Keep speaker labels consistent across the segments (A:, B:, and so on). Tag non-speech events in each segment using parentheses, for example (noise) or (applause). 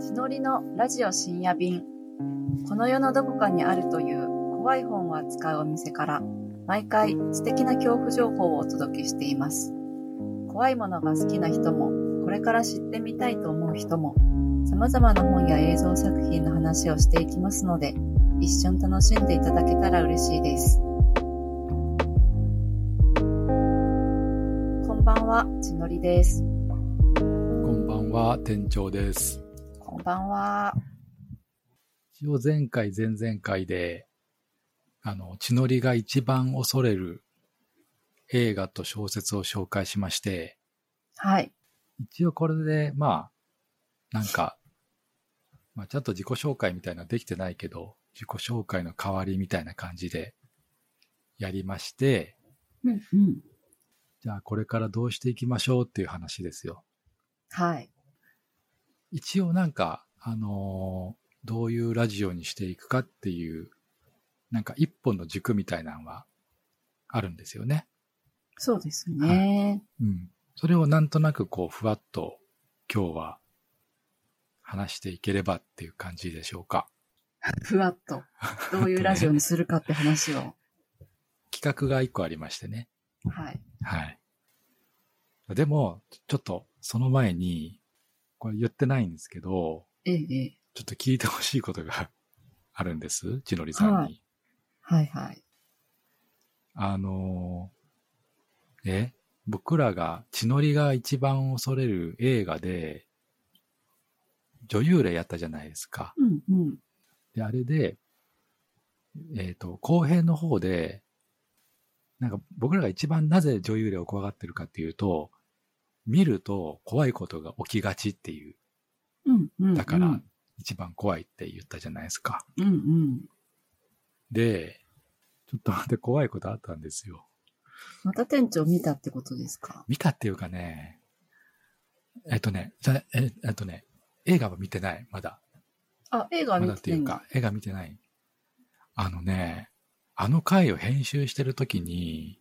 A: 気乗りのラジオ深夜便この世のどこかにあるという怖い本を扱うお店から毎回素敵な恐怖情報をお届けしています怖いものが好きな人もこれから知ってみたいと思う人も様々な本や映像作品の話をしていきますので一緒に楽しんでいただけたら嬉しいですこんばんはちのりです
B: こんばんは、店長です。
A: こんばんは
B: 一応前回、前々回で、あの、血のりが一番恐れる映画と小説を紹介しまして、
A: はい
B: 一応これで、まあ、なんか、まあ、ちゃんと自己紹介みたいなのできてないけど、自己紹介の代わりみたいな感じでやりまして、
A: うんうん
B: じゃあこれからどうしていきましょうっていう話ですよ。
A: はい
B: 一応なんか、あのーどういうラジオにしていくかっていう、なんか一本の軸みたいなのはあるんですよね。
A: そうですね
B: うん。それをなんとなくこう、ふわっと今日は話していければっていう感じでしょうか。
A: ふわっとどういうラジオにするかって話を
B: 企画が一個ありましてね。
A: はい
B: はい。でも、ちょっとその前に、これ言ってないんですけど、
A: ええええ
B: ちょっと聞いてほしいことがあるんです。ちのりさんに。
A: はいはいはい
B: あのーえ、僕らが、血のりが一番恐れる映画で、女優霊やったじゃないですか。
A: うんうん
B: で、あれで、えっ、と、後編の方で、なんか僕らが一番なぜ女優霊を怖がってるかっていうと、見ると怖いことが起きがちっていう、
A: うんうん
B: だから一番怖いって言ったじゃないですか。
A: うんうん
B: で、ちょっと待って怖いことあったんですよ。
A: また店長見たってことですか
B: 見たっていうかね、えっとね、じゃええっとね、映画は見てない、まだ。
A: あ、映画
B: ま
A: 見
B: だっててい
A: ん
B: う
A: だ
B: か、映画見てない。あのね、あの回を編集してる時に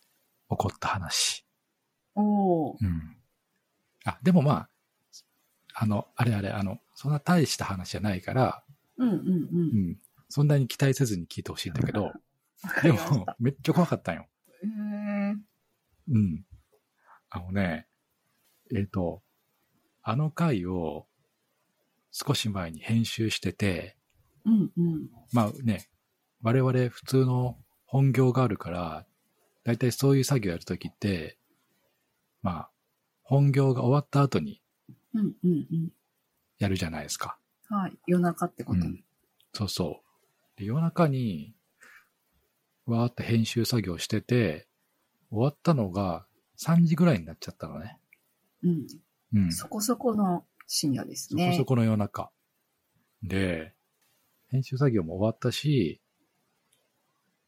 B: 起こった話。
A: おー
B: うん。あ、でもまあ、あの、あれあれ、あの、そんな大した話じゃないから、
A: うんうんう。
B: うんん。そんなに期待せずに聞いてほしいんだけど、
A: わか
B: で
A: りまし
B: も
A: た。、
B: めっちゃ怖かったんよ。
A: へー
B: うん。あのね、えっ、と、あの回を少し前に編集してて、
A: うんうん。
B: まあね、我々普通の本業があるから、だいたいそういう作業やるときって、まあ、本業が終わった後に
A: うんうんう
B: やるじゃないですか。
A: ん。はい。夜中ってこと。
B: うんそうそう。で夜中に、わーって編集作業してて、終わったのが3時ぐらいになっちゃったのね。
A: うん。
B: うん。
A: そこそこの深夜です
B: そこ
A: ね。
B: そこの夜中。で、編集作業も終わったし、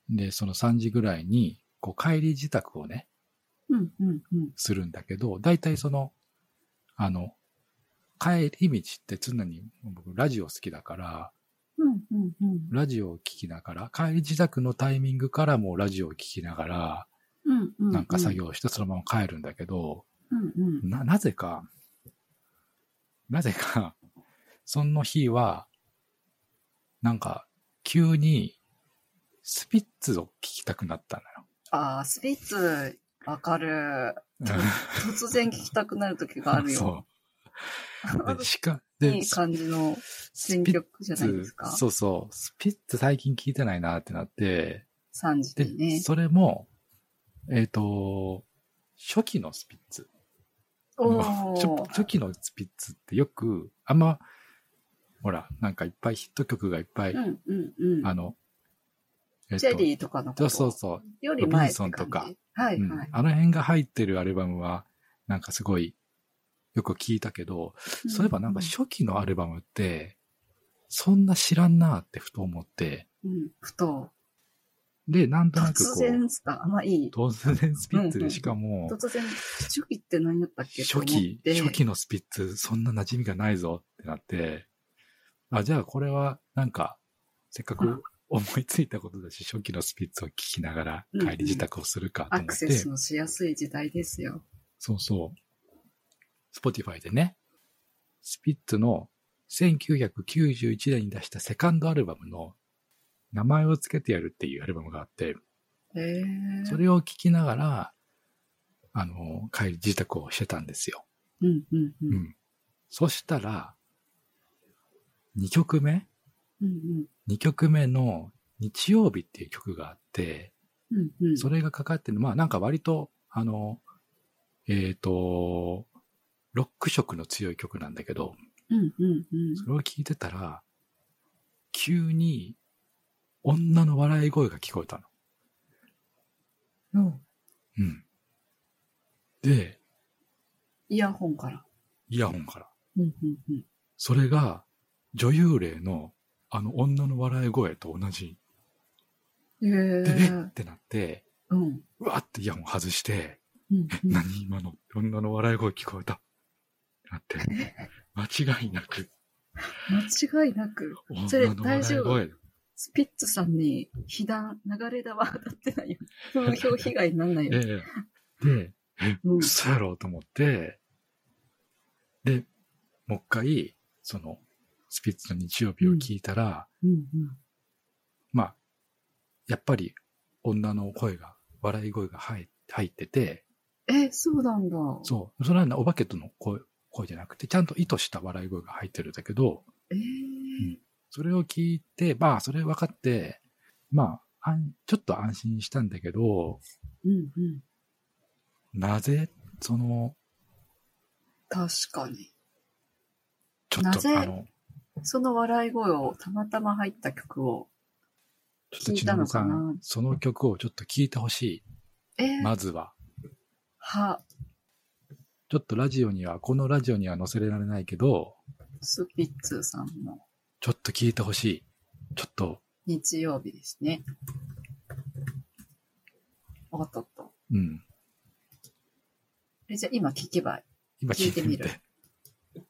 B: で、その3時ぐらいに、こう、帰り自宅をね、
A: うんうんうん。
B: するんだけど、大体その、あの、帰り道って常に、僕、ラジオ好きだから、
A: うんうんうん。
B: ラジオを聞きながら、帰り自宅のタイミングからもうラジオを聞きながら、
A: うんうん。
B: なんか作。業してそのまま帰るんだけど、
A: うんうん。
B: な、なぜか、なぜか、その日は、なんか、急に、スピッツを聴きたくなった
A: あー、スピッツ、わかる。
B: のよ。
A: 突然聞きたくなる時があるよ。
B: そう。で、しか、
A: い
B: で、
A: い
B: ス
A: 感じの
B: ス
A: 選
B: ピッ
A: 曲じゃないで
B: ツ
A: すか、。
B: そうそう、スピッツ最近聴いてないなってなって、
A: 3時
B: で、
A: にね。
B: それも、えっ、と、初期のスピッツ。
A: お
B: 初
A: ー。
B: 初期のスピッツってよく、あんま、ほら、なんかいっぱいヒット曲がいっぱい
A: うんうんうん。
B: あの、えっ
A: チェリーとかのこと
B: そうそうそう、
A: より前って感じ
B: ロビンソンとか
A: はい
B: うん
A: はい。
B: あの辺が入ってるアルバムは、なんかすごい、よく聞いたけど、そういえばなんか初期のアルバムって、そんな知らんなーってふと思って、
A: うん、ふと、
B: で、なんとな
A: 突
B: くこ
A: 然
B: う、
A: ですかあ、まあいい。
B: 突然スピッツ
A: うんう
B: で
A: ん
B: しかも、
A: 突然、初期って何だったっけと思
B: 初期、
A: って
B: 初期のスピッツ、そんな馴染みがないぞってなって、あ、じゃあこれはなんか、せっかく思いついたことだし、初期のスピッツを聴きながら帰り自宅をするかと
A: ア
B: 思
A: ク
B: って、
A: セスのしやすい時代ですよ。
B: そうそう。Spotify でね、スピッツの1991年に出したセカンドアルバムの名前をつけてやるっていうアルバムがあって、
A: へえ。
B: それを聴きながら、あの、帰り自宅をしてたんですよ。
A: うんうんう。
B: うんん。そしたら、2曲目
A: うんうん。
B: 2曲目の日曜日っていう曲があって、
A: うんうん。
B: それがかかってる、まあなんか割と、あの、えっ、と、ロック色の強い曲なんだけど、
A: うんうんうん。
B: それを聞いてたら、急に女の笑い声が聞こえたの。
A: うん
B: うん。で、
A: イヤホンから。
B: イヤホンから。
A: うんうんうん。
B: それが女優霊のあの女の笑い声と同じ。
A: へ
B: で、えっ
A: え。
B: てなって、
A: うん。
B: うわってイヤホン外して、
A: うんうん
B: 何今の女の笑い声聞こえた。ってなって、間違いなく。
A: 間違いなく、それ
B: 女の笑い声。
A: スピッツさんに、被弾、流れ弾当たってないよ。風評被害になんない
B: え
A: よ。
B: えで、え、
A: うん
B: 嘘やろうと思って、で、もう一回、その、スピッツの日曜日を聞いたら、
A: うん
B: まあ、やっぱり女の声が、笑い声が入入ってて、
A: うん。え、そうなんだ。
B: そう、それはねお化けとの声声じゃなくて、ちゃんと意図した笑い声が入ってるんだけど、
A: ええ
B: それを聞いて、まあ、それ分かって、まあ、あんちょっと安心したんだけど、
A: うんうん。
B: なぜ、その、
A: 確かに。
B: ちょっ
A: なぜ
B: と、あの、
A: その笑い声をたまたま入った曲を。
B: ちょっと
A: 聞い
B: ち
A: た
B: な
A: の
B: みさ、
A: かなん
B: その曲をちょっと聴いてほし
A: え
B: い。
A: ー
B: まずは。
A: は、
B: ちょっとラジオには、このラジオには載せられないけど、
A: スピッツさんの
B: ちょっと聴いてほしい。ちょっと、
A: 日曜日ですね。おっとっと。
B: うん。
A: えじゃあ今聞けばいい。
B: 今聴いてみて
A: 聞い。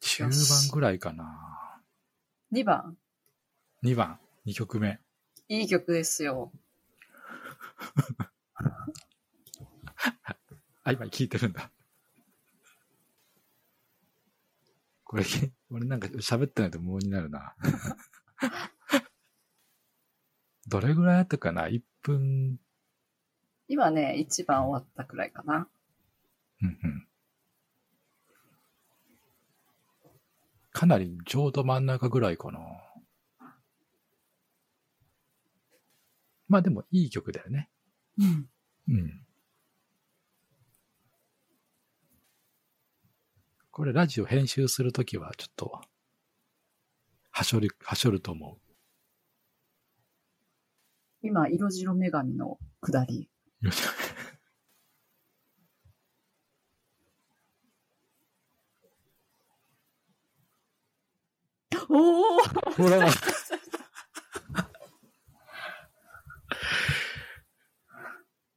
B: 中盤ぐらいかな。
A: 2番。
B: 2番、2曲目。
A: いい曲ですよ。
B: あ、今聴いてるんだ。これ、俺なんか喋ってないと無音になるな。どれぐらいあったかな ?1 分
A: 今ね、1番終わったくらいかな。
B: うんうんかなりちょうど真ん中ぐらいかな。まあでもいい曲だよね。
A: うん。
B: うん。これラジオ編集するときはちょっと、はしょる、はしょると思
A: 今、色白女神の下り。
B: う。
A: おお
B: ほら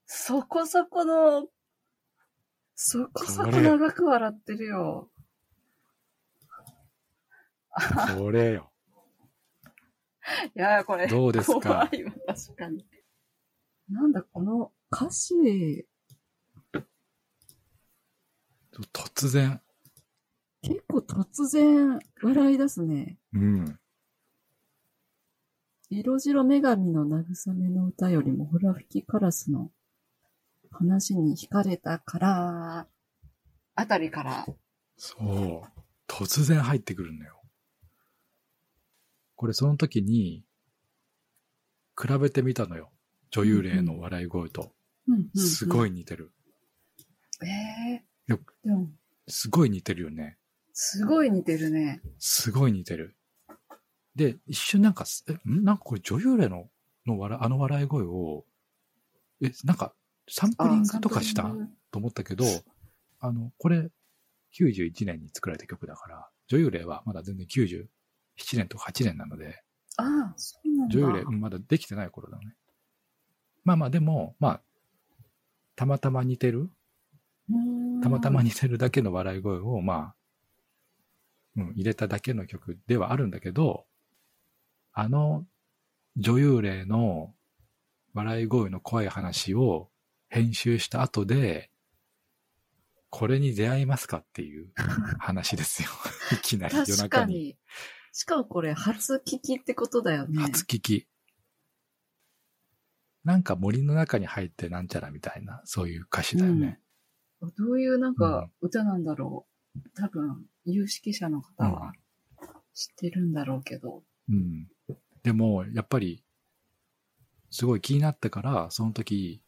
A: そこそこの、そこそこ長く笑ってるよ。
B: これよ。
A: いやー、これ。
B: どうです
A: 怖
B: か
A: いわ、確かに。なんだ、この歌詞、
B: 突然。
A: 結構突然笑い出すね。
B: うん。
A: 色白女神の慰めの歌よりも、ほら吹きカラスの話に惹かれたから、あたりから。
B: そう。突然入ってくるんだよ。これその時に、比べてみたのよ。女優霊の笑い声と。
A: うん
B: す
A: い。
B: ごい似てる。
A: え
B: いや
A: ー、でも、
B: すごい似てるよね。
A: すごい似てるね。
B: すごい似てる。で、一瞬なんかす、え、んなんかこれ女優霊の、の笑い、あの笑い声を、え、なんか、サンプリングとかした
A: あーサンプリング
B: と思ったけど、あの、これ、91年に作られた曲だから、女優霊はまだ全然97年とか8年なので、
A: ああ、そうなんだ。
B: 女優霊、うんまだできてない頃だね。まあまあ、でも、まあ、たまたま似てる、
A: うん
B: たまたま似てるだけの笑い声を、まあ、うん、入れただけの曲ではあるんだけど、あの、女優霊の笑い声の怖い話を編集した後で、これに出会えますかっていう話です
A: (laughs)
B: よ。いきなり夜
A: 確
B: 中
A: か
B: に。
A: に。しかもこれ、初聞きってことだよね。
B: 初聞き。なんか森の中に入ってなんちゃらみたいな、そういう歌詞だよね。
A: どういうなんか歌なんだろう。多分、有識者の方は知ってるんだろうけど。
B: うん。でも、やっぱり、すごい気になったから、その時、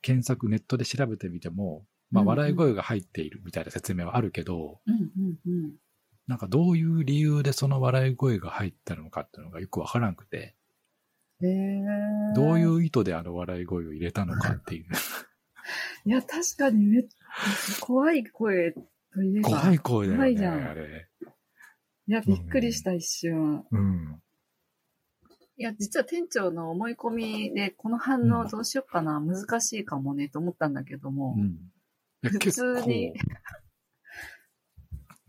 B: 検索ネットで調べてみても、まあ、
A: うんうん
B: 笑い声が入っているみたいな説明はあるけど、
A: うんうんうん。
B: なんかどういう理由でその笑い声が入ったのかっていうのがよくわからなくて、
A: へえ。。
B: どういうう意図であの笑い声を入れたのかっていう。
A: いや、確かにめっ怖い声といえば。
B: 怖い声だよ
A: (laughs) 怖
B: ね、
A: いじゃん
B: あれ。
A: いや、びっくりした一瞬。
B: うん。
A: いや、実は店長の思い込みで、この反応どうしようかな、難しいかもね、と思ったんだけども
B: う、ん。いや
A: 普通に。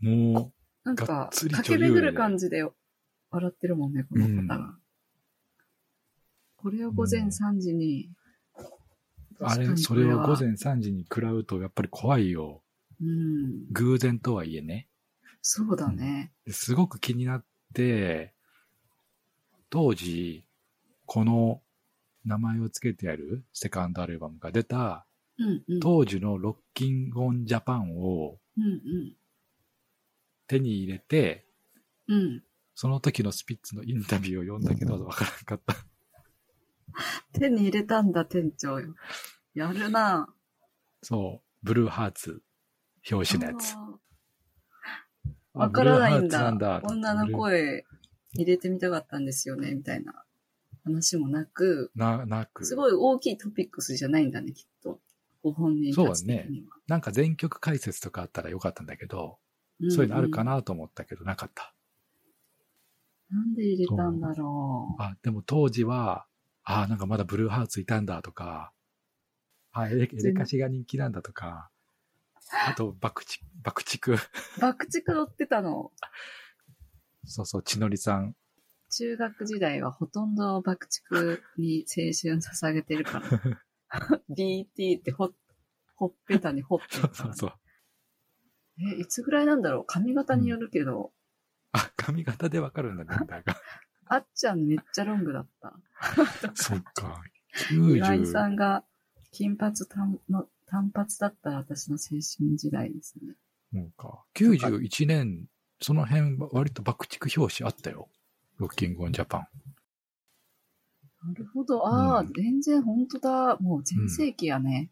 B: 結構も
A: なん
B: がっ
A: か、
B: つり
A: 駆
B: 女優
A: け
B: で
A: 巡る感じで笑ってるもんね、この方が。これを午前3時に、
B: う、あ
A: 確か
B: れ、
A: に
B: そ
A: こ
B: れを
A: は
B: 午前3時に食らうとやっぱり怖いよ。
A: うん、
B: 偶然とはいえね。
A: そうだね。
B: すごく気になって、当時、この名前を付けてやるセカンドアルバムが出た
A: うんうん。
B: 当時のロッキンオンジャパンを
A: うん
B: 手に入れて、
A: うん。うん。
B: その時のスピッツのインタビューを読んだけど、わからなかった。
A: 手に入れたんだ、店長よ。やるな
B: そう、ブルーハーツ、表紙のやつ
A: あ。ー
B: あ
A: わからないん
B: ブルーハ
A: だ。
B: ーツなんだ
A: 女の声入れてみたかったんですよね、みたいな話もなく、
B: な、なく。
A: すごい大きいトピックスじゃないんだね、きっと。ご本人たち的には。
B: なんか全曲解説とかあったらよかったんだけど、
A: そう
B: そういうのあるか
A: な、
B: なと思ったけど、なかった。
A: なんで入れたんだろう。
B: あ、でも当時は、ああ、なんかまだブルーハーツいたんだとか、あエレエレカシが人気なんだとか、あと、爆竹、爆竹。
A: 爆竹追ってたの。
B: そうそう、千りさん。
A: 中学時代はほとんど爆竹に青春捧げてるから。BT
B: (laughs)
A: ってほっ、ほっぺたにほっぺた
B: そう。そうそう。
A: え、いつぐらいなんだろう髪型によるけど、
B: あ、髪型でわかるんだ、年代が。
A: あっちゃんめっちゃロングだった。 (laughs)
B: そっか。
A: 岩井さ
B: 90。
A: んが金髪単の単髪だった私の青春時代ですね。
B: もうか。91年、その辺、割と爆竹表紙あったよ。ロッキングオンジャパン。
A: なるほど。ああ、
B: うん
A: 全然本当だ。もう全盛期やね。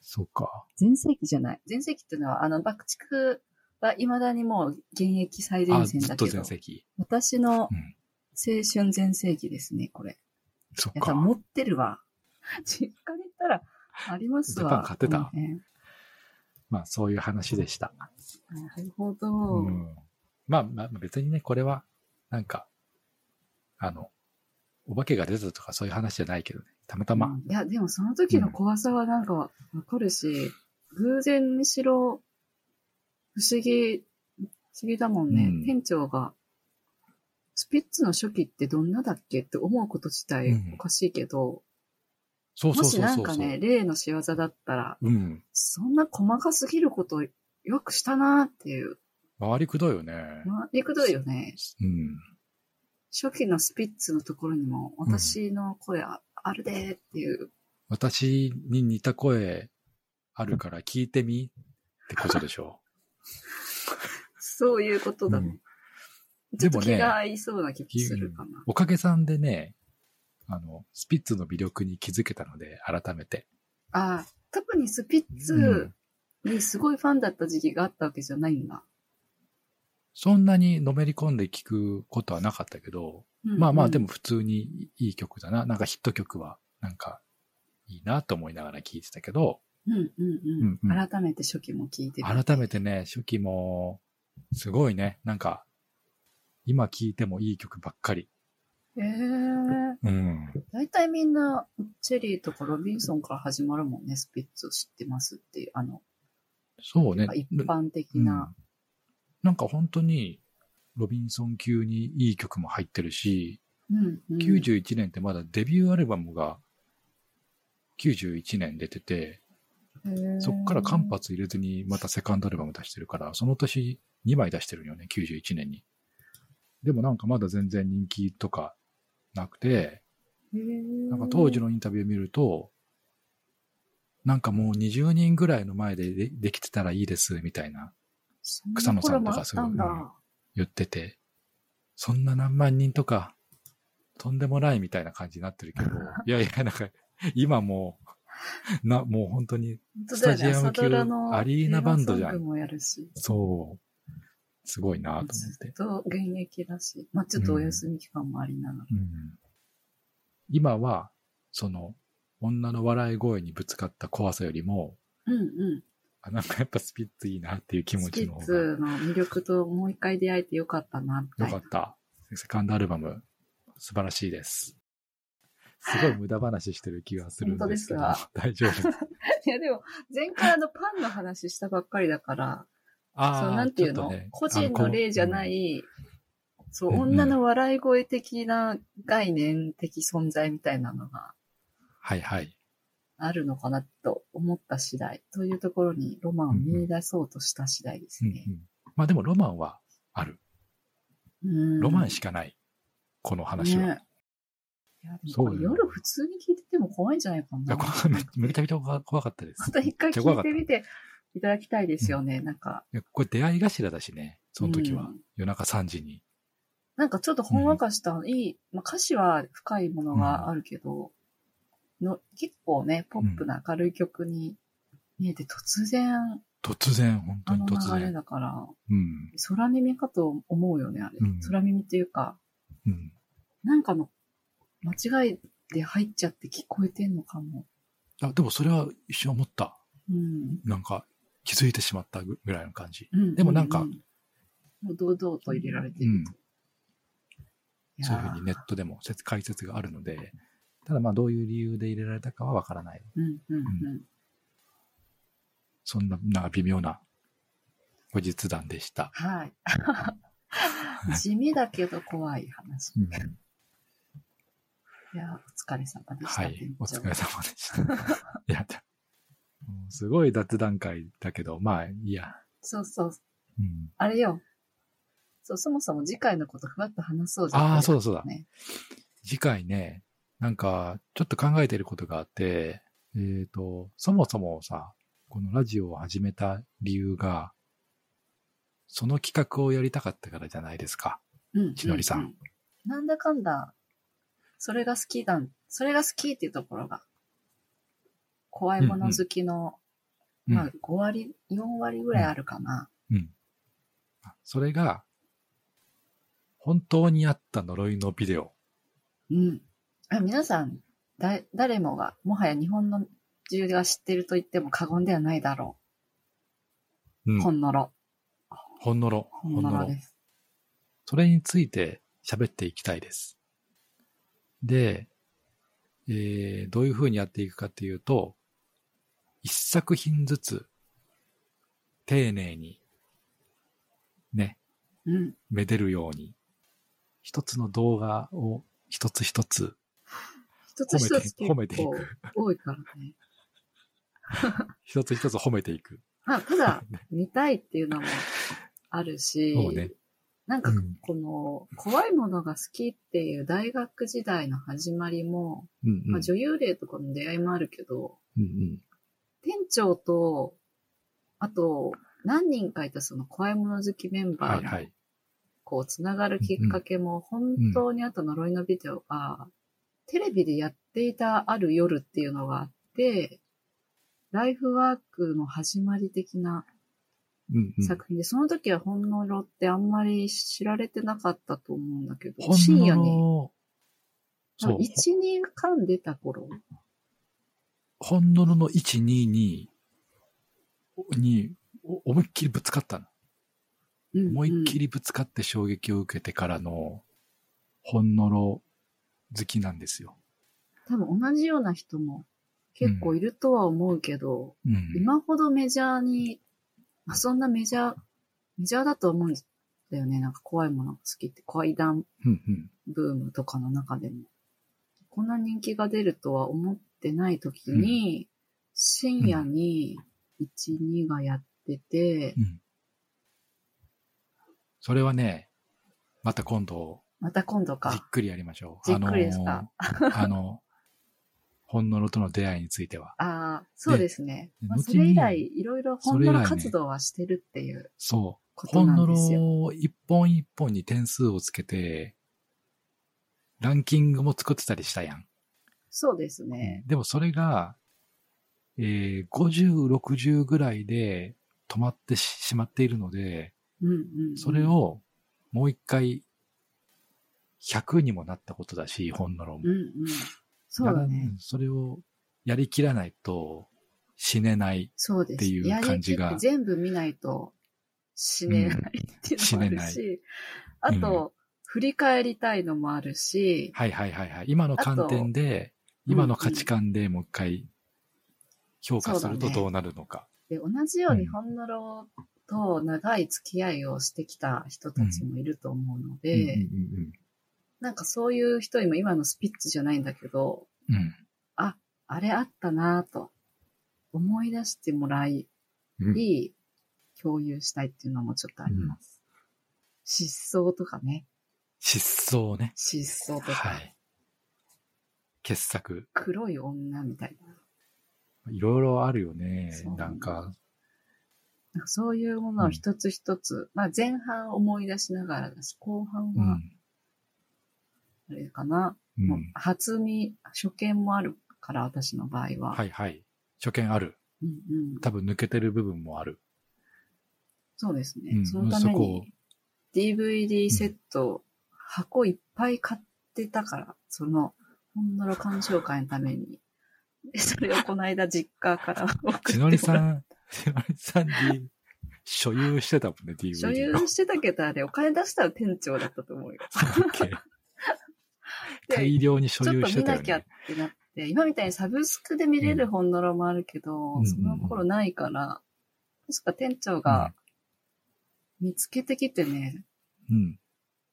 B: そうか。
A: 全盛期じゃない。全盛期っていうのは、あの、爆竹は未だにもう現役最
B: あ、
A: 前線
B: ず
A: だ
B: っと
A: けど
B: 全、盛期。
A: 私の青
B: うん
A: 春全盛期ですね、これ。
B: そっ
A: やっ
B: か
A: ぱ。持ってるわ。 (laughs) 実家に行ったら、ありますわ。
B: ジャパン買って
A: こ
B: た
A: の辺
B: まあ、そういう話でした。
A: なるほど。
B: うんまあ、まあ、別にね、これは、なんか、あの、お化けが出たとかそういう話じゃないけどね。たまたま。
A: うんいや、でもその時の怖さはなんかわかるし、偶然にしろ、不思議、不思議だもんね。
B: うん
A: 店長が、スピッツの初期ってどんなだっけって思うこと自体
B: うん
A: おかしいけど、
B: そうそ
A: も
B: うそ
A: し
B: うそう
A: な
B: そ
A: ん
B: う。
A: かね、例の仕業だったら、
B: うん。
A: そんな細かすぎることよくしたなーっていう。
B: 回りくどいよね。
A: まあ、りくどいよね。
B: うん。
A: 初期のスピッツのところにも、私の声ああるでーっていう。
B: 私に似た声あるから聞いてみってことでしょ
A: そういうこと
B: う。
A: だ
B: う
A: ね。
B: ん
A: ちょっ
B: で
A: と
B: も
A: 気
B: ね
A: が合いそうな気が (laughs) するかな。
B: おかげさんでね、あの、スピッツの魅力に気づけたので、改めて。
A: ああ、特にスピッツにすごいファンだった時期があったわけじゃないんだ。
B: そんなにのめり込んで聞くことはなかったけど、
A: うん
B: まあまあで
A: も。
B: も普通にいい曲だな。なんかヒット曲は、なんかいいなと思いながら聴いてたけど、
A: うんうんうん。
B: うんうん
A: 改めて初期も聞いてた。
B: 改めてね、初期も、すごいね、なんか、今聴いてもいい曲ばっかり。
A: ええー。
B: うん。
A: 大体みんな、チェリーとかロビンソンから始まるもんね、スピッツを知ってますっていう、あの、
B: そうね。
A: 一般的な。
B: うんなんか本当に、ロビンソン級にいい曲も入ってるし、
A: うん、うん。
B: 91年ってまだデビューアルバムが91年出てて、そっから間髪入れずにまたセカンドアルバム出してるから、その年2枚出してるんよね、91年に。でもなんかまだ全然人気とかなくて、なんか当時
A: の。
B: のインタビュー見ると、なんかもう20人ぐらいの前ででできてたらいいです、みたいな草野さんとかすごい
A: そんな頃もあっ
B: 言ってて、そんな何万人とか、とんでもないみたいな感じになってるけど、いやいや、なんか今もう、な、もう本当に
A: たんだ。
B: スタジアム級
A: 本当だよね朝ドラの
B: アリーナバンドじゃ
A: テーマ
B: ん
A: ソングもやるし。
B: そう、すごいなと思って。
A: ずっと現役だし、まあちょっとお休み期間もありながら。
B: うん、今は、その、女の笑い声にぶつかった怖さよりも、
A: うんうん。
B: あなんかやっぱスピッツいいなっていう気持
A: スピ
B: ちの
A: ッ
B: 方が
A: ツの魅力ともう一回出会えてよかったな、みたい
B: 良か
A: な
B: っ。た。セカンドアルバム、素晴らしいです。すごい無駄話してる気がするんですけど
A: 本当です、
B: (laughs) 大丈夫です。
A: (laughs) いやでも、前回あのパンの話したばっかりだから、
B: あ
A: そう、
B: ー
A: なんていう
B: ちょ
A: の、
B: っとね
A: 個人の例じゃな
B: あ
A: い、そう、
B: うんうん
A: 女の笑い声的な概念的存在みたいなのが
B: こううんはいはい。
A: あるのかなと思った次第、というところにロマンを見出そうとした次第です
B: うんう
A: ね。
B: んまあでもロマンはある。
A: うん
B: ロマンしかない。この話は。
A: ねいや、でもこ
B: そう
A: れ
B: よ
A: 夜普通に聞いてても怖いんじゃないか
B: い
A: な。
B: やこ
A: ま
B: めめちゃめちゃ怖かったです。
A: た一回
B: めっちゃ怖か
A: 聞
B: っ
A: い
B: た
A: てみていただきたいですよね。なんか、
B: いやこれ出会い頭だしね、その時は。
A: うん
B: 夜中3時に。
A: なんかちょっとほんわかした、いい、まあ、歌詞は深いものがあるけど、の結構ね、ポップな明るい曲に見えて、突然、
B: 突然、本当
A: あの
B: に突
A: 流れ
B: 然。
A: だから、
B: うん。
A: 空耳かと思うよね、あれ。
B: うん
A: 空耳っていうか、
B: うん。
A: なんかの間違いで入っちゃって聞こえてんのかも。
B: あでもそれは一瞬思った。
A: うん。
B: なんか気づいてしまったぐぐらいの感じ。
A: うん
B: でもなんか
A: うもう堂々と入れられて
B: う
A: る。
B: ん。
A: いや
B: そうい
A: ー
B: うふうにネットでも説解説があるので、ただまあどういう理由で入れられたかはわからない。
A: うんうんうん。
B: そんな、なんか微妙な後日談でした。
A: はい。 (laughs) 地味だけど怖い話。 (laughs)
B: うん
A: いやー、お疲れ様でした。
B: はい
A: 店。
B: お
A: 長
B: 疲れ様でした。 (laughs) いや、だもうすごい雑談会だけど、まあいいや。
A: そうそう。
B: うん、
A: あれよ。そう、そもそも次回のことふわっと話そうじゃん。
B: ああ、そうだそうだ。
A: ね。
B: 次回ね、なんか、ちょっと考えてることがあって、えっ、と、そもそもさ、このラジオを始めた理由が、その企画をやりたかったからじゃないですか。
A: うん。
B: しのりさん
A: ううなんだかんだ、それが好きだ、それが好きっていうところが、怖いもの好きの、
B: うん
A: まあ、5割、4割ぐらいあるかな。
B: それが、本当にあった呪いのビデオ。
A: うん。あ皆さん、だ、誰もが、もはや日本の中が知ってると言っても過言ではないだろ
B: う
A: う。
B: ん。
A: ほんのろ。
B: ほんのろ。
A: ほんのろです。
B: それについて喋っていきたいです。で、えーどういうふうにやっていくかっていうと、一作品ずつ、丁寧に、ね、
A: うん。
B: めでるように、一つの動画を一つ一つ
A: 一つ
B: 褒
A: 一
B: め
A: つ
B: て、
A: 結
B: 褒めてい
A: 構
B: く。
A: 多いからね。
B: 一つ一つ褒めていく。
A: まあ、た
B: (laughs)
A: だ、見たいっていうのもあるし、
B: そうね
A: なんか
B: うん、
A: この、怖いものが好きっていう大学時代の始まりも、
B: うんうん。
A: まあ、女優霊とかの出会いもあるけど、
B: うんうん。
A: 店長と、あと、何人かいたその怖いもの好きメン
B: は
A: バ
B: い
A: ー
B: は
A: が
B: い。
A: こう、つながるきっかけも、本当にあと呪いのビデオが、テレビでやっていたある夜っていうのがあって、ライフワークの始まり的な
B: うんうん、
A: 作品で、その時は本のろってあんまり知られてなかったと思うんだけ
B: ほん
A: ど、深夜に、
B: のろ、そう。
A: 1、2巻出た頃、
B: ほんのろの1、2に、に、お思いっきりぶつかったの。思いっき
A: り、
B: りぶつかって衝撃を受けてからの、ほんのろ好きなんですよ。
A: 多分同じような人も結構いるとは思うけど、
B: うん。
A: 今ほどメジャーに、まあ、そんなメジャー、メジャーだと思うんだよね。なんか怖いものが好きって、怪談
B: うんうん。
A: ブームとかの中でも。こんな人気が出るとは思ってない時に、深夜に1、2がやってて、
B: うん。それはね、また今度、
A: また今度
B: じっ
A: か。
B: くりやりましょう。
A: じっくりですか
B: あのーあの、本物との出会いについては。
A: ああ、そうですね。
B: で
A: まあ、
B: 後
A: そ
B: に
A: れ以来、いろいろ本
B: それ以
A: の
B: 来ね
A: 活動はしてるっていう
B: そう。
A: こと
B: 本
A: な
B: の
A: んですよ。
B: ろ一本一本に点数をつけて、ランキングも作ってたりしたやん。
A: そうですね。
B: でもそれが、えー、50、60ぐらいで止まってししまっているので、
A: うんうん、うん。
B: それ、をもう一回100にもなったことだし、本の論も
A: うんうん。そうだね。。
B: それをやりきらないと死ねない、
A: そうです。
B: っていう
A: やりき
B: 感じが
A: 全部見ないと死ねないっていうのもあるし、
B: うん死ねない
A: あと、振り返りたいのもあるし、
B: はいはいはいはい。今の観点で、
A: あと
B: 今の価値観でもう一回評価するとどうなるのか。
A: で同じように
B: うん
A: ほんのろと長い付き合いをしてきた人たちもいると思うので、
B: うんうん
A: なんかそういう人にも今のスピッツじゃないんだけど、
B: うんうん
A: あれあったなぁと思い出してもらい、
B: うん
A: 共有したいっていうのもちょっとあります。失踪とかね、
B: 失踪ね。
A: 失踪とか、
B: はい。傑作。
A: 黒い女みたいな。
B: いろいろあるよね
A: そう。
B: なんか、
A: なんかそういうものを一つ一つ、まあ前半思い出しながらだし、後半
B: う
A: は
B: ん。
A: あれかな、
B: う。
A: もうん初見、初見もあるから私の場合は。
B: はいはい。初見ある。
A: うんうん、
B: 多分抜けてる部分も
A: (laughs)
B: ある。
A: そうですね。
B: うん
A: そのため
B: そこを
A: に DVD セット、箱いっぱい買ってたから、その、ほんのろ鑑賞会のために。でそれをこの間実家から送
B: (laughs)
A: って
B: し
A: も
B: の
A: ら
B: り
A: っ
B: さん、しのりさんに所有してたもんね、DVD を。
A: 所有してたけど、あれお金出したら店長だったと思うよ。
B: そうだ
A: (laughs)
B: っけ
A: で
B: 大量に所
A: ちょっ
B: 有
A: と
B: して
A: 見
B: た
A: な
B: よ
A: きゃっ
B: ね。
A: てなって、今みたいにサブスクで見れる
B: うん
A: ほんのろもあるけど、
B: うんうんうん
A: その頃ないから、確か店長が見つけてきてね、
B: うん。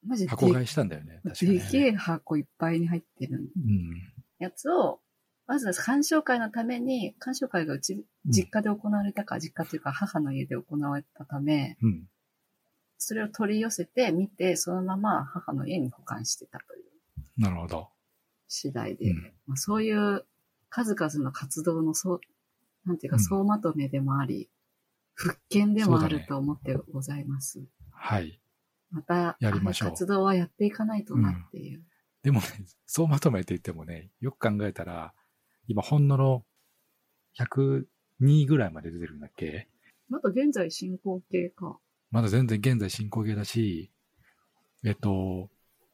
A: マジで
B: 箱買いしたんだよね。確か
A: で
B: に、
A: けえ箱いっぱいに入ってる
B: うん。
A: やつを、まず鑑賞会のために、鑑賞会がうち、実家で行われたか、実家というか母の家で行われたため、
B: うん。
A: それを取り寄せて見て、そのまま母の家に保管してたという
B: なるほど。
A: 次第で、
B: うん
A: まあ、そういう数々の活動の総、なんていうか
B: うん
A: 総まとめでもあり、復権でもあ
B: そうだ
A: る
B: ね
A: と思ってございます。
B: はい。
A: また、
B: やりましょう
A: あの活動はやっていかないとなっていう。
B: でもね、そうまとめて言ってもね、よく考えたら、今、ほんのの102ぐらいまで出てるんだっけ
A: また現在進行形か。
B: まだ全然現在進行形だし、えっと、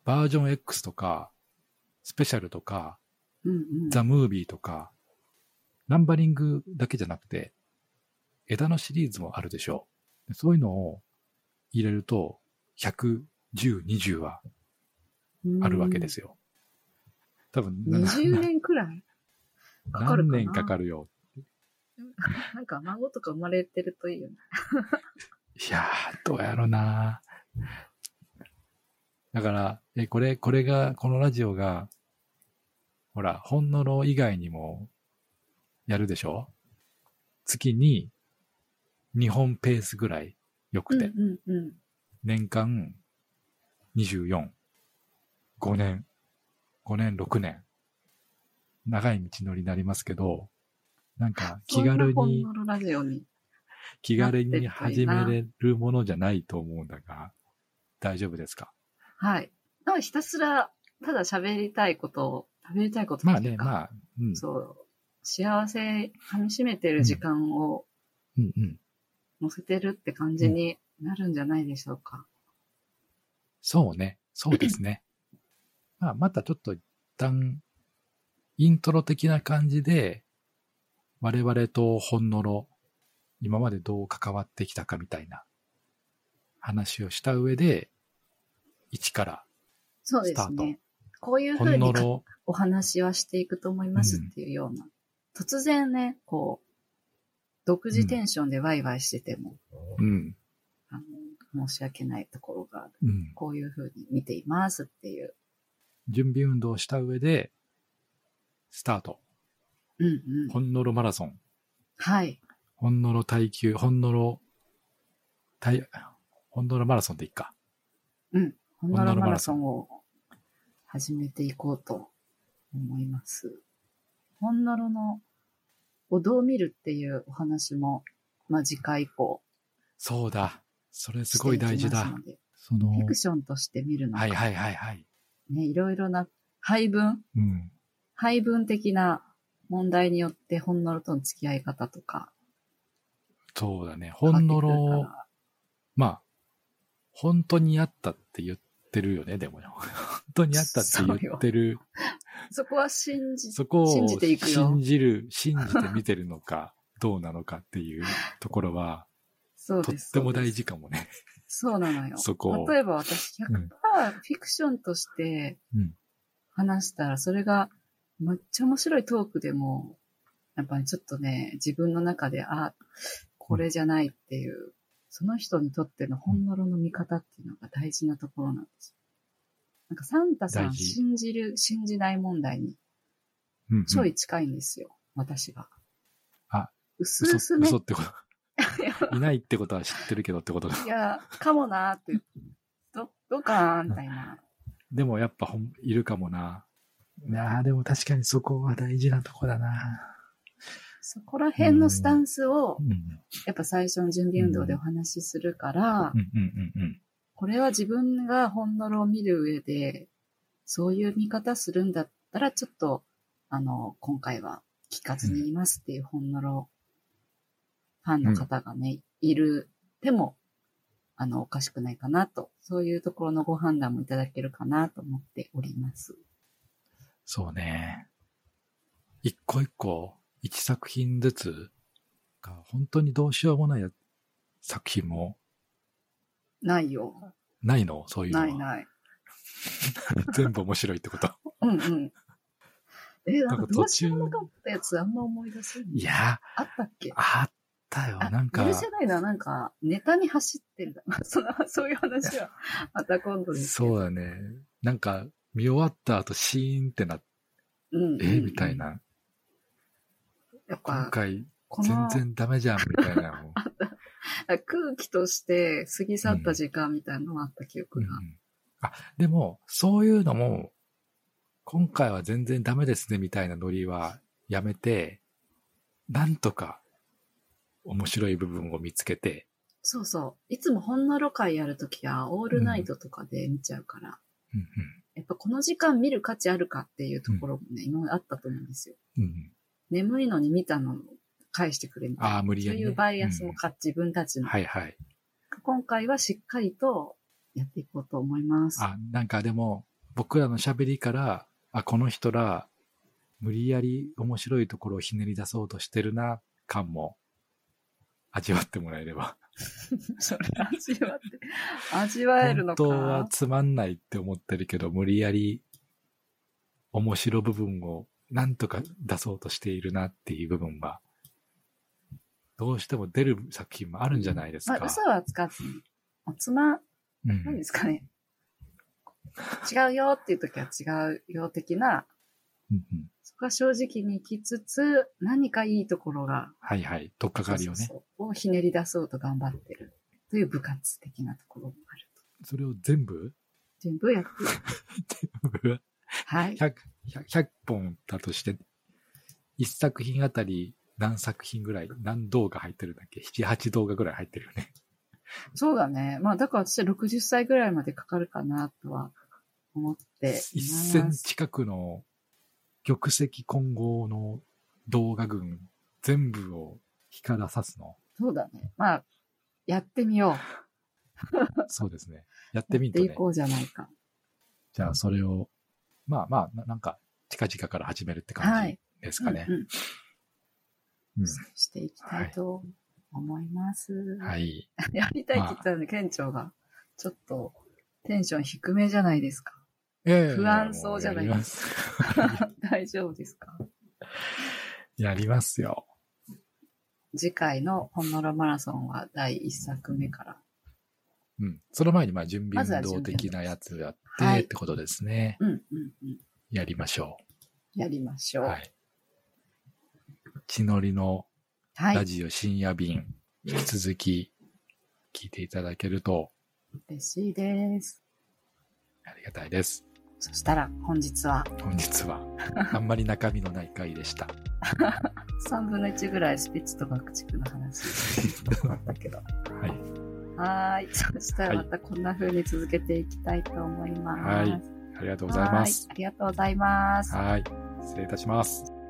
B: バージョン X とか、スペシャルとか、
A: うんうん。
B: ザ・ムービーとか、ナンバリングだけじゃなくて、枝のシリーズもあるでしょう。でそういうのを入れると、110、20はあるわけで
A: よ。
B: すよ。多分、な
A: 20年くらいかかるか
B: 何
A: な
B: 年かかるよ。
A: なんか孫とか生まれてるといいよね。
B: いやー、どうやろな。だから、え、これ、これが、このラジオが、ほら、ほんのろ以外にも、やるでしょ月に、2本ペースぐらい、よくて。
A: うんうんうん。
B: 年間、24、5年、5年、6年。長い道のりになりますけど、なんか、気軽
A: そん
B: に
A: な、本のラジオに。
B: 気軽に始めれるものじゃないと思うんだが、大丈夫ですか
A: はい。なんかひたすら、ただ喋りたいことを、喋りたいこと
B: まあね、
A: あ、
B: まあ、うん、
A: そう。幸せ、噛み締めてる時間を
B: うん、うん。
A: 乗せてるって感じになるんじゃないでしょうか。
B: そうね、そうで
A: (laughs)
B: すね。まあ、またちょっと一旦、イントロ的な感じで、我々とほんのろ、今までどう関わってきたかみたいな話をした上で、一から
A: そうで
B: スタ
A: す
B: ート
A: ね。こういうふ
B: ほ
A: うんに
B: の
A: か
B: ろ、
A: お話はしていくと思いますっていうような。突然ね、こう、独自テンションでワイワイしてても、
B: うん、
A: あの申し訳ないところがある。
B: うん、
A: こういうふうに見ていますっていう。
B: 準備運動をした上で、スタート。
A: うん
B: ほんのろマラソン。
A: はい。
B: ほんのろ耐久、ほんのろ、耐、ほんのろマラソンでいいか。
A: ホンダのマラソンを始めていこうと思います。ホンノロのお堂を見るっていうお話も、まあ、次回以降
B: そうだ。それ
A: してい
B: すごい
A: きま
B: 大事
A: す
B: だ
A: の。で。
B: その、
A: フィクションとして見るのか、
B: はいいはいはいはい。
A: ね、いろいろな配分、
B: うん。
A: 配分的な問題によってホンノロとの付き合い方とか、
B: そうだね。ほんの
A: 変わってくる
B: ろ
A: か、ら
B: まあ、本当にあったって言ってるよ (laughs) ね、でもね。本当にあったって言ってる。
A: そこは信じ、
B: そこを
A: 信じていくよ
B: 信じる、信じて見てるのか、どうなのかっていうところは、
A: そう
B: とっ
A: です。
B: ても
A: そうで
B: 大
A: す
B: 事かもね。
A: そうなのよ。
B: そこを
A: 例えば私100%
B: うん
A: フィクションとして
B: うん
A: 話したら、それがめっちゃ面白いトークでも、やっぱりちょっとね、自分の中で、あ、これじゃないっていう、その人にとってのほんのろの見方っていうのが大事なところなんですよ。なんかサンタさん
B: 大事
A: 信じる、信じない問題に
B: うんうん
A: ちょい近いんですよ、私が。
B: あ、
A: うすう
B: 嘘
A: すね
B: 嘘。ってこと。
A: (laughs) いや
B: いないってことは知ってるけどってことだ。
A: いや、かもなーって、ど、どうかなーみたいな。
B: でもやっぱほんいるかもな。いやーでも確かにそこは大事なとこだな。
A: そこら辺のスタンスを
B: う、ん。うん
A: やっぱ最初の準備運動でお話しするから
B: う、んうんうんうん。
A: これは自分がほんのろを見る上で、そういう見方するんだったら、ちょっと、あの、今回は聞かずにいますっていうほんのろファンの方がね、いる、でも、あの、おかしくないかなと、そういうところのご判断もいただけるかなと思っております。
B: そうね。一個一個、一作品ずつが本当にどうしようもないや作品も
A: ないよ。
B: ないのそういうのは。
A: ないない。
B: (laughs) 全部面白いってこと。
A: うんうん。え、なん
B: なん
A: か
B: か
A: どうしようも
B: 途
A: な
B: 中
A: かったやつあんま思い出せない。
B: (laughs) いや
A: あったっけ
B: ー、あったよ。
A: あ、
B: なんか
A: 許、せないのはなんか、ネタに走ってるんだ。 (laughs) まあ、その、そういう話
B: (laughs)
A: は、また今度ですけど。
B: そうだね。なんか、見終わった後シーンってなって、
A: うんうん
B: えーみたい。な。
A: やっ
B: 今
A: ぱ、
B: 回、
A: こ
B: 全
A: の
B: 然ダメじゃん、みたいな。もう
A: あ空気として過ぎ去った時間みたいなのがあった記憶
B: うん
A: が
B: う。んあ、でも、そういうのも、今回は全然ダメですね、みたいなノリはやめて、なんとか、面白い部分を見つけて、
A: そうそう。いつもほんのろ会やるときは、オールナイトとかで見ちゃうから、
B: うん
A: やっぱこの時間見る価値あるかっていうところもね、今まであったと思うんですよ。
B: うんうん
A: 眠いのに見たのを返してくれみたいな。
B: ああ、無理
A: そ
B: や
A: う
B: りね、
A: いうバイアスも
B: うん
A: か、自分たちの。
B: はいはい。
A: 今回はしっかりとやっていこうと思います。
B: あ、なんかでも、僕らの喋りから、あ、この人ら、無理やり面白いところをひねり出そうとしてるな、感も、味わってもらえれば。
A: (laughs) それ味わって、味わえるの
B: 本
A: か。
B: 当はつまんないって思ってるけど、無理やり、面白部分を、なんとか出そうとしているなっていう部分は、どうしても出る作品もあるんじゃないです
A: ま
B: か。
A: あ、嘘は使って、おつま、
B: う
A: なんで
B: ん。
A: すかね。違うよっていう時は違うよ的な、
B: うんうん
A: そこは正直に生きつつ、何かいいところが、
B: はいはい。とっかかりをね。
A: そうそうそうをひねり出そうと頑張ってる。という部活的なところもあると。
B: それを全部 (laughs)
A: 全部やってる。はい。
B: 100, 100本だとして、1作品あたり何作品ぐらい、何動画入ってるんだっけ ?7、8動画ぐらい入ってるよね。
A: そうだね。まあ、だから私は60歳ぐらいまでかかるかなとは思ってい
B: 1000
A: ます。
B: 近くの玉石混合の動画群全部を日からさすの。
A: そうだね。まあ、やってみよう。
B: そうですね。や
A: や
B: って
A: っ
B: みんと
A: てい
B: ね。
A: こうじゃないか。
B: じゃあそれを、まあまあ、ななんか近々から始めるって
A: は
B: 感
A: い
B: じですかね。
A: うんうん
B: うん
A: していきたいと思います。
B: はい。
A: やりたいって言ったので、県庁が、ちょっとテンション低めじゃないですか。 (laughs) 不安そうじゃないで
B: ですす
A: 大丈夫ですか
B: やりますよ。
A: 次回のホンノロマラソンは第1作目から。
B: うん。その前に、まあ、準備
A: まずは準
B: 運動
A: 備運動
B: 的なやつをやっ
A: はい
B: て、ってことですね。
A: うんうんうん。
B: やりましょ
A: やりまし
B: う。
A: ょう。
B: はい。血のりの
A: は
B: ラ
A: い。
B: ジオ深夜便、引き続き聞いていただけると
A: 嬉しいです。
B: ありがたいです。
A: そしたら本日は
B: 本日
A: (laughs)
B: はあんまり中身のない回でした。
A: 3分の1ぐらいスピッツと爆竹の話だった
B: (laughs)
A: けど。
B: はい。
A: はーい。そしたらまたこんな風に続けていきたいと思います。
B: はいありがとうございま
A: は
B: す
A: ー。いありがとうございます。
B: はい。失礼いたします。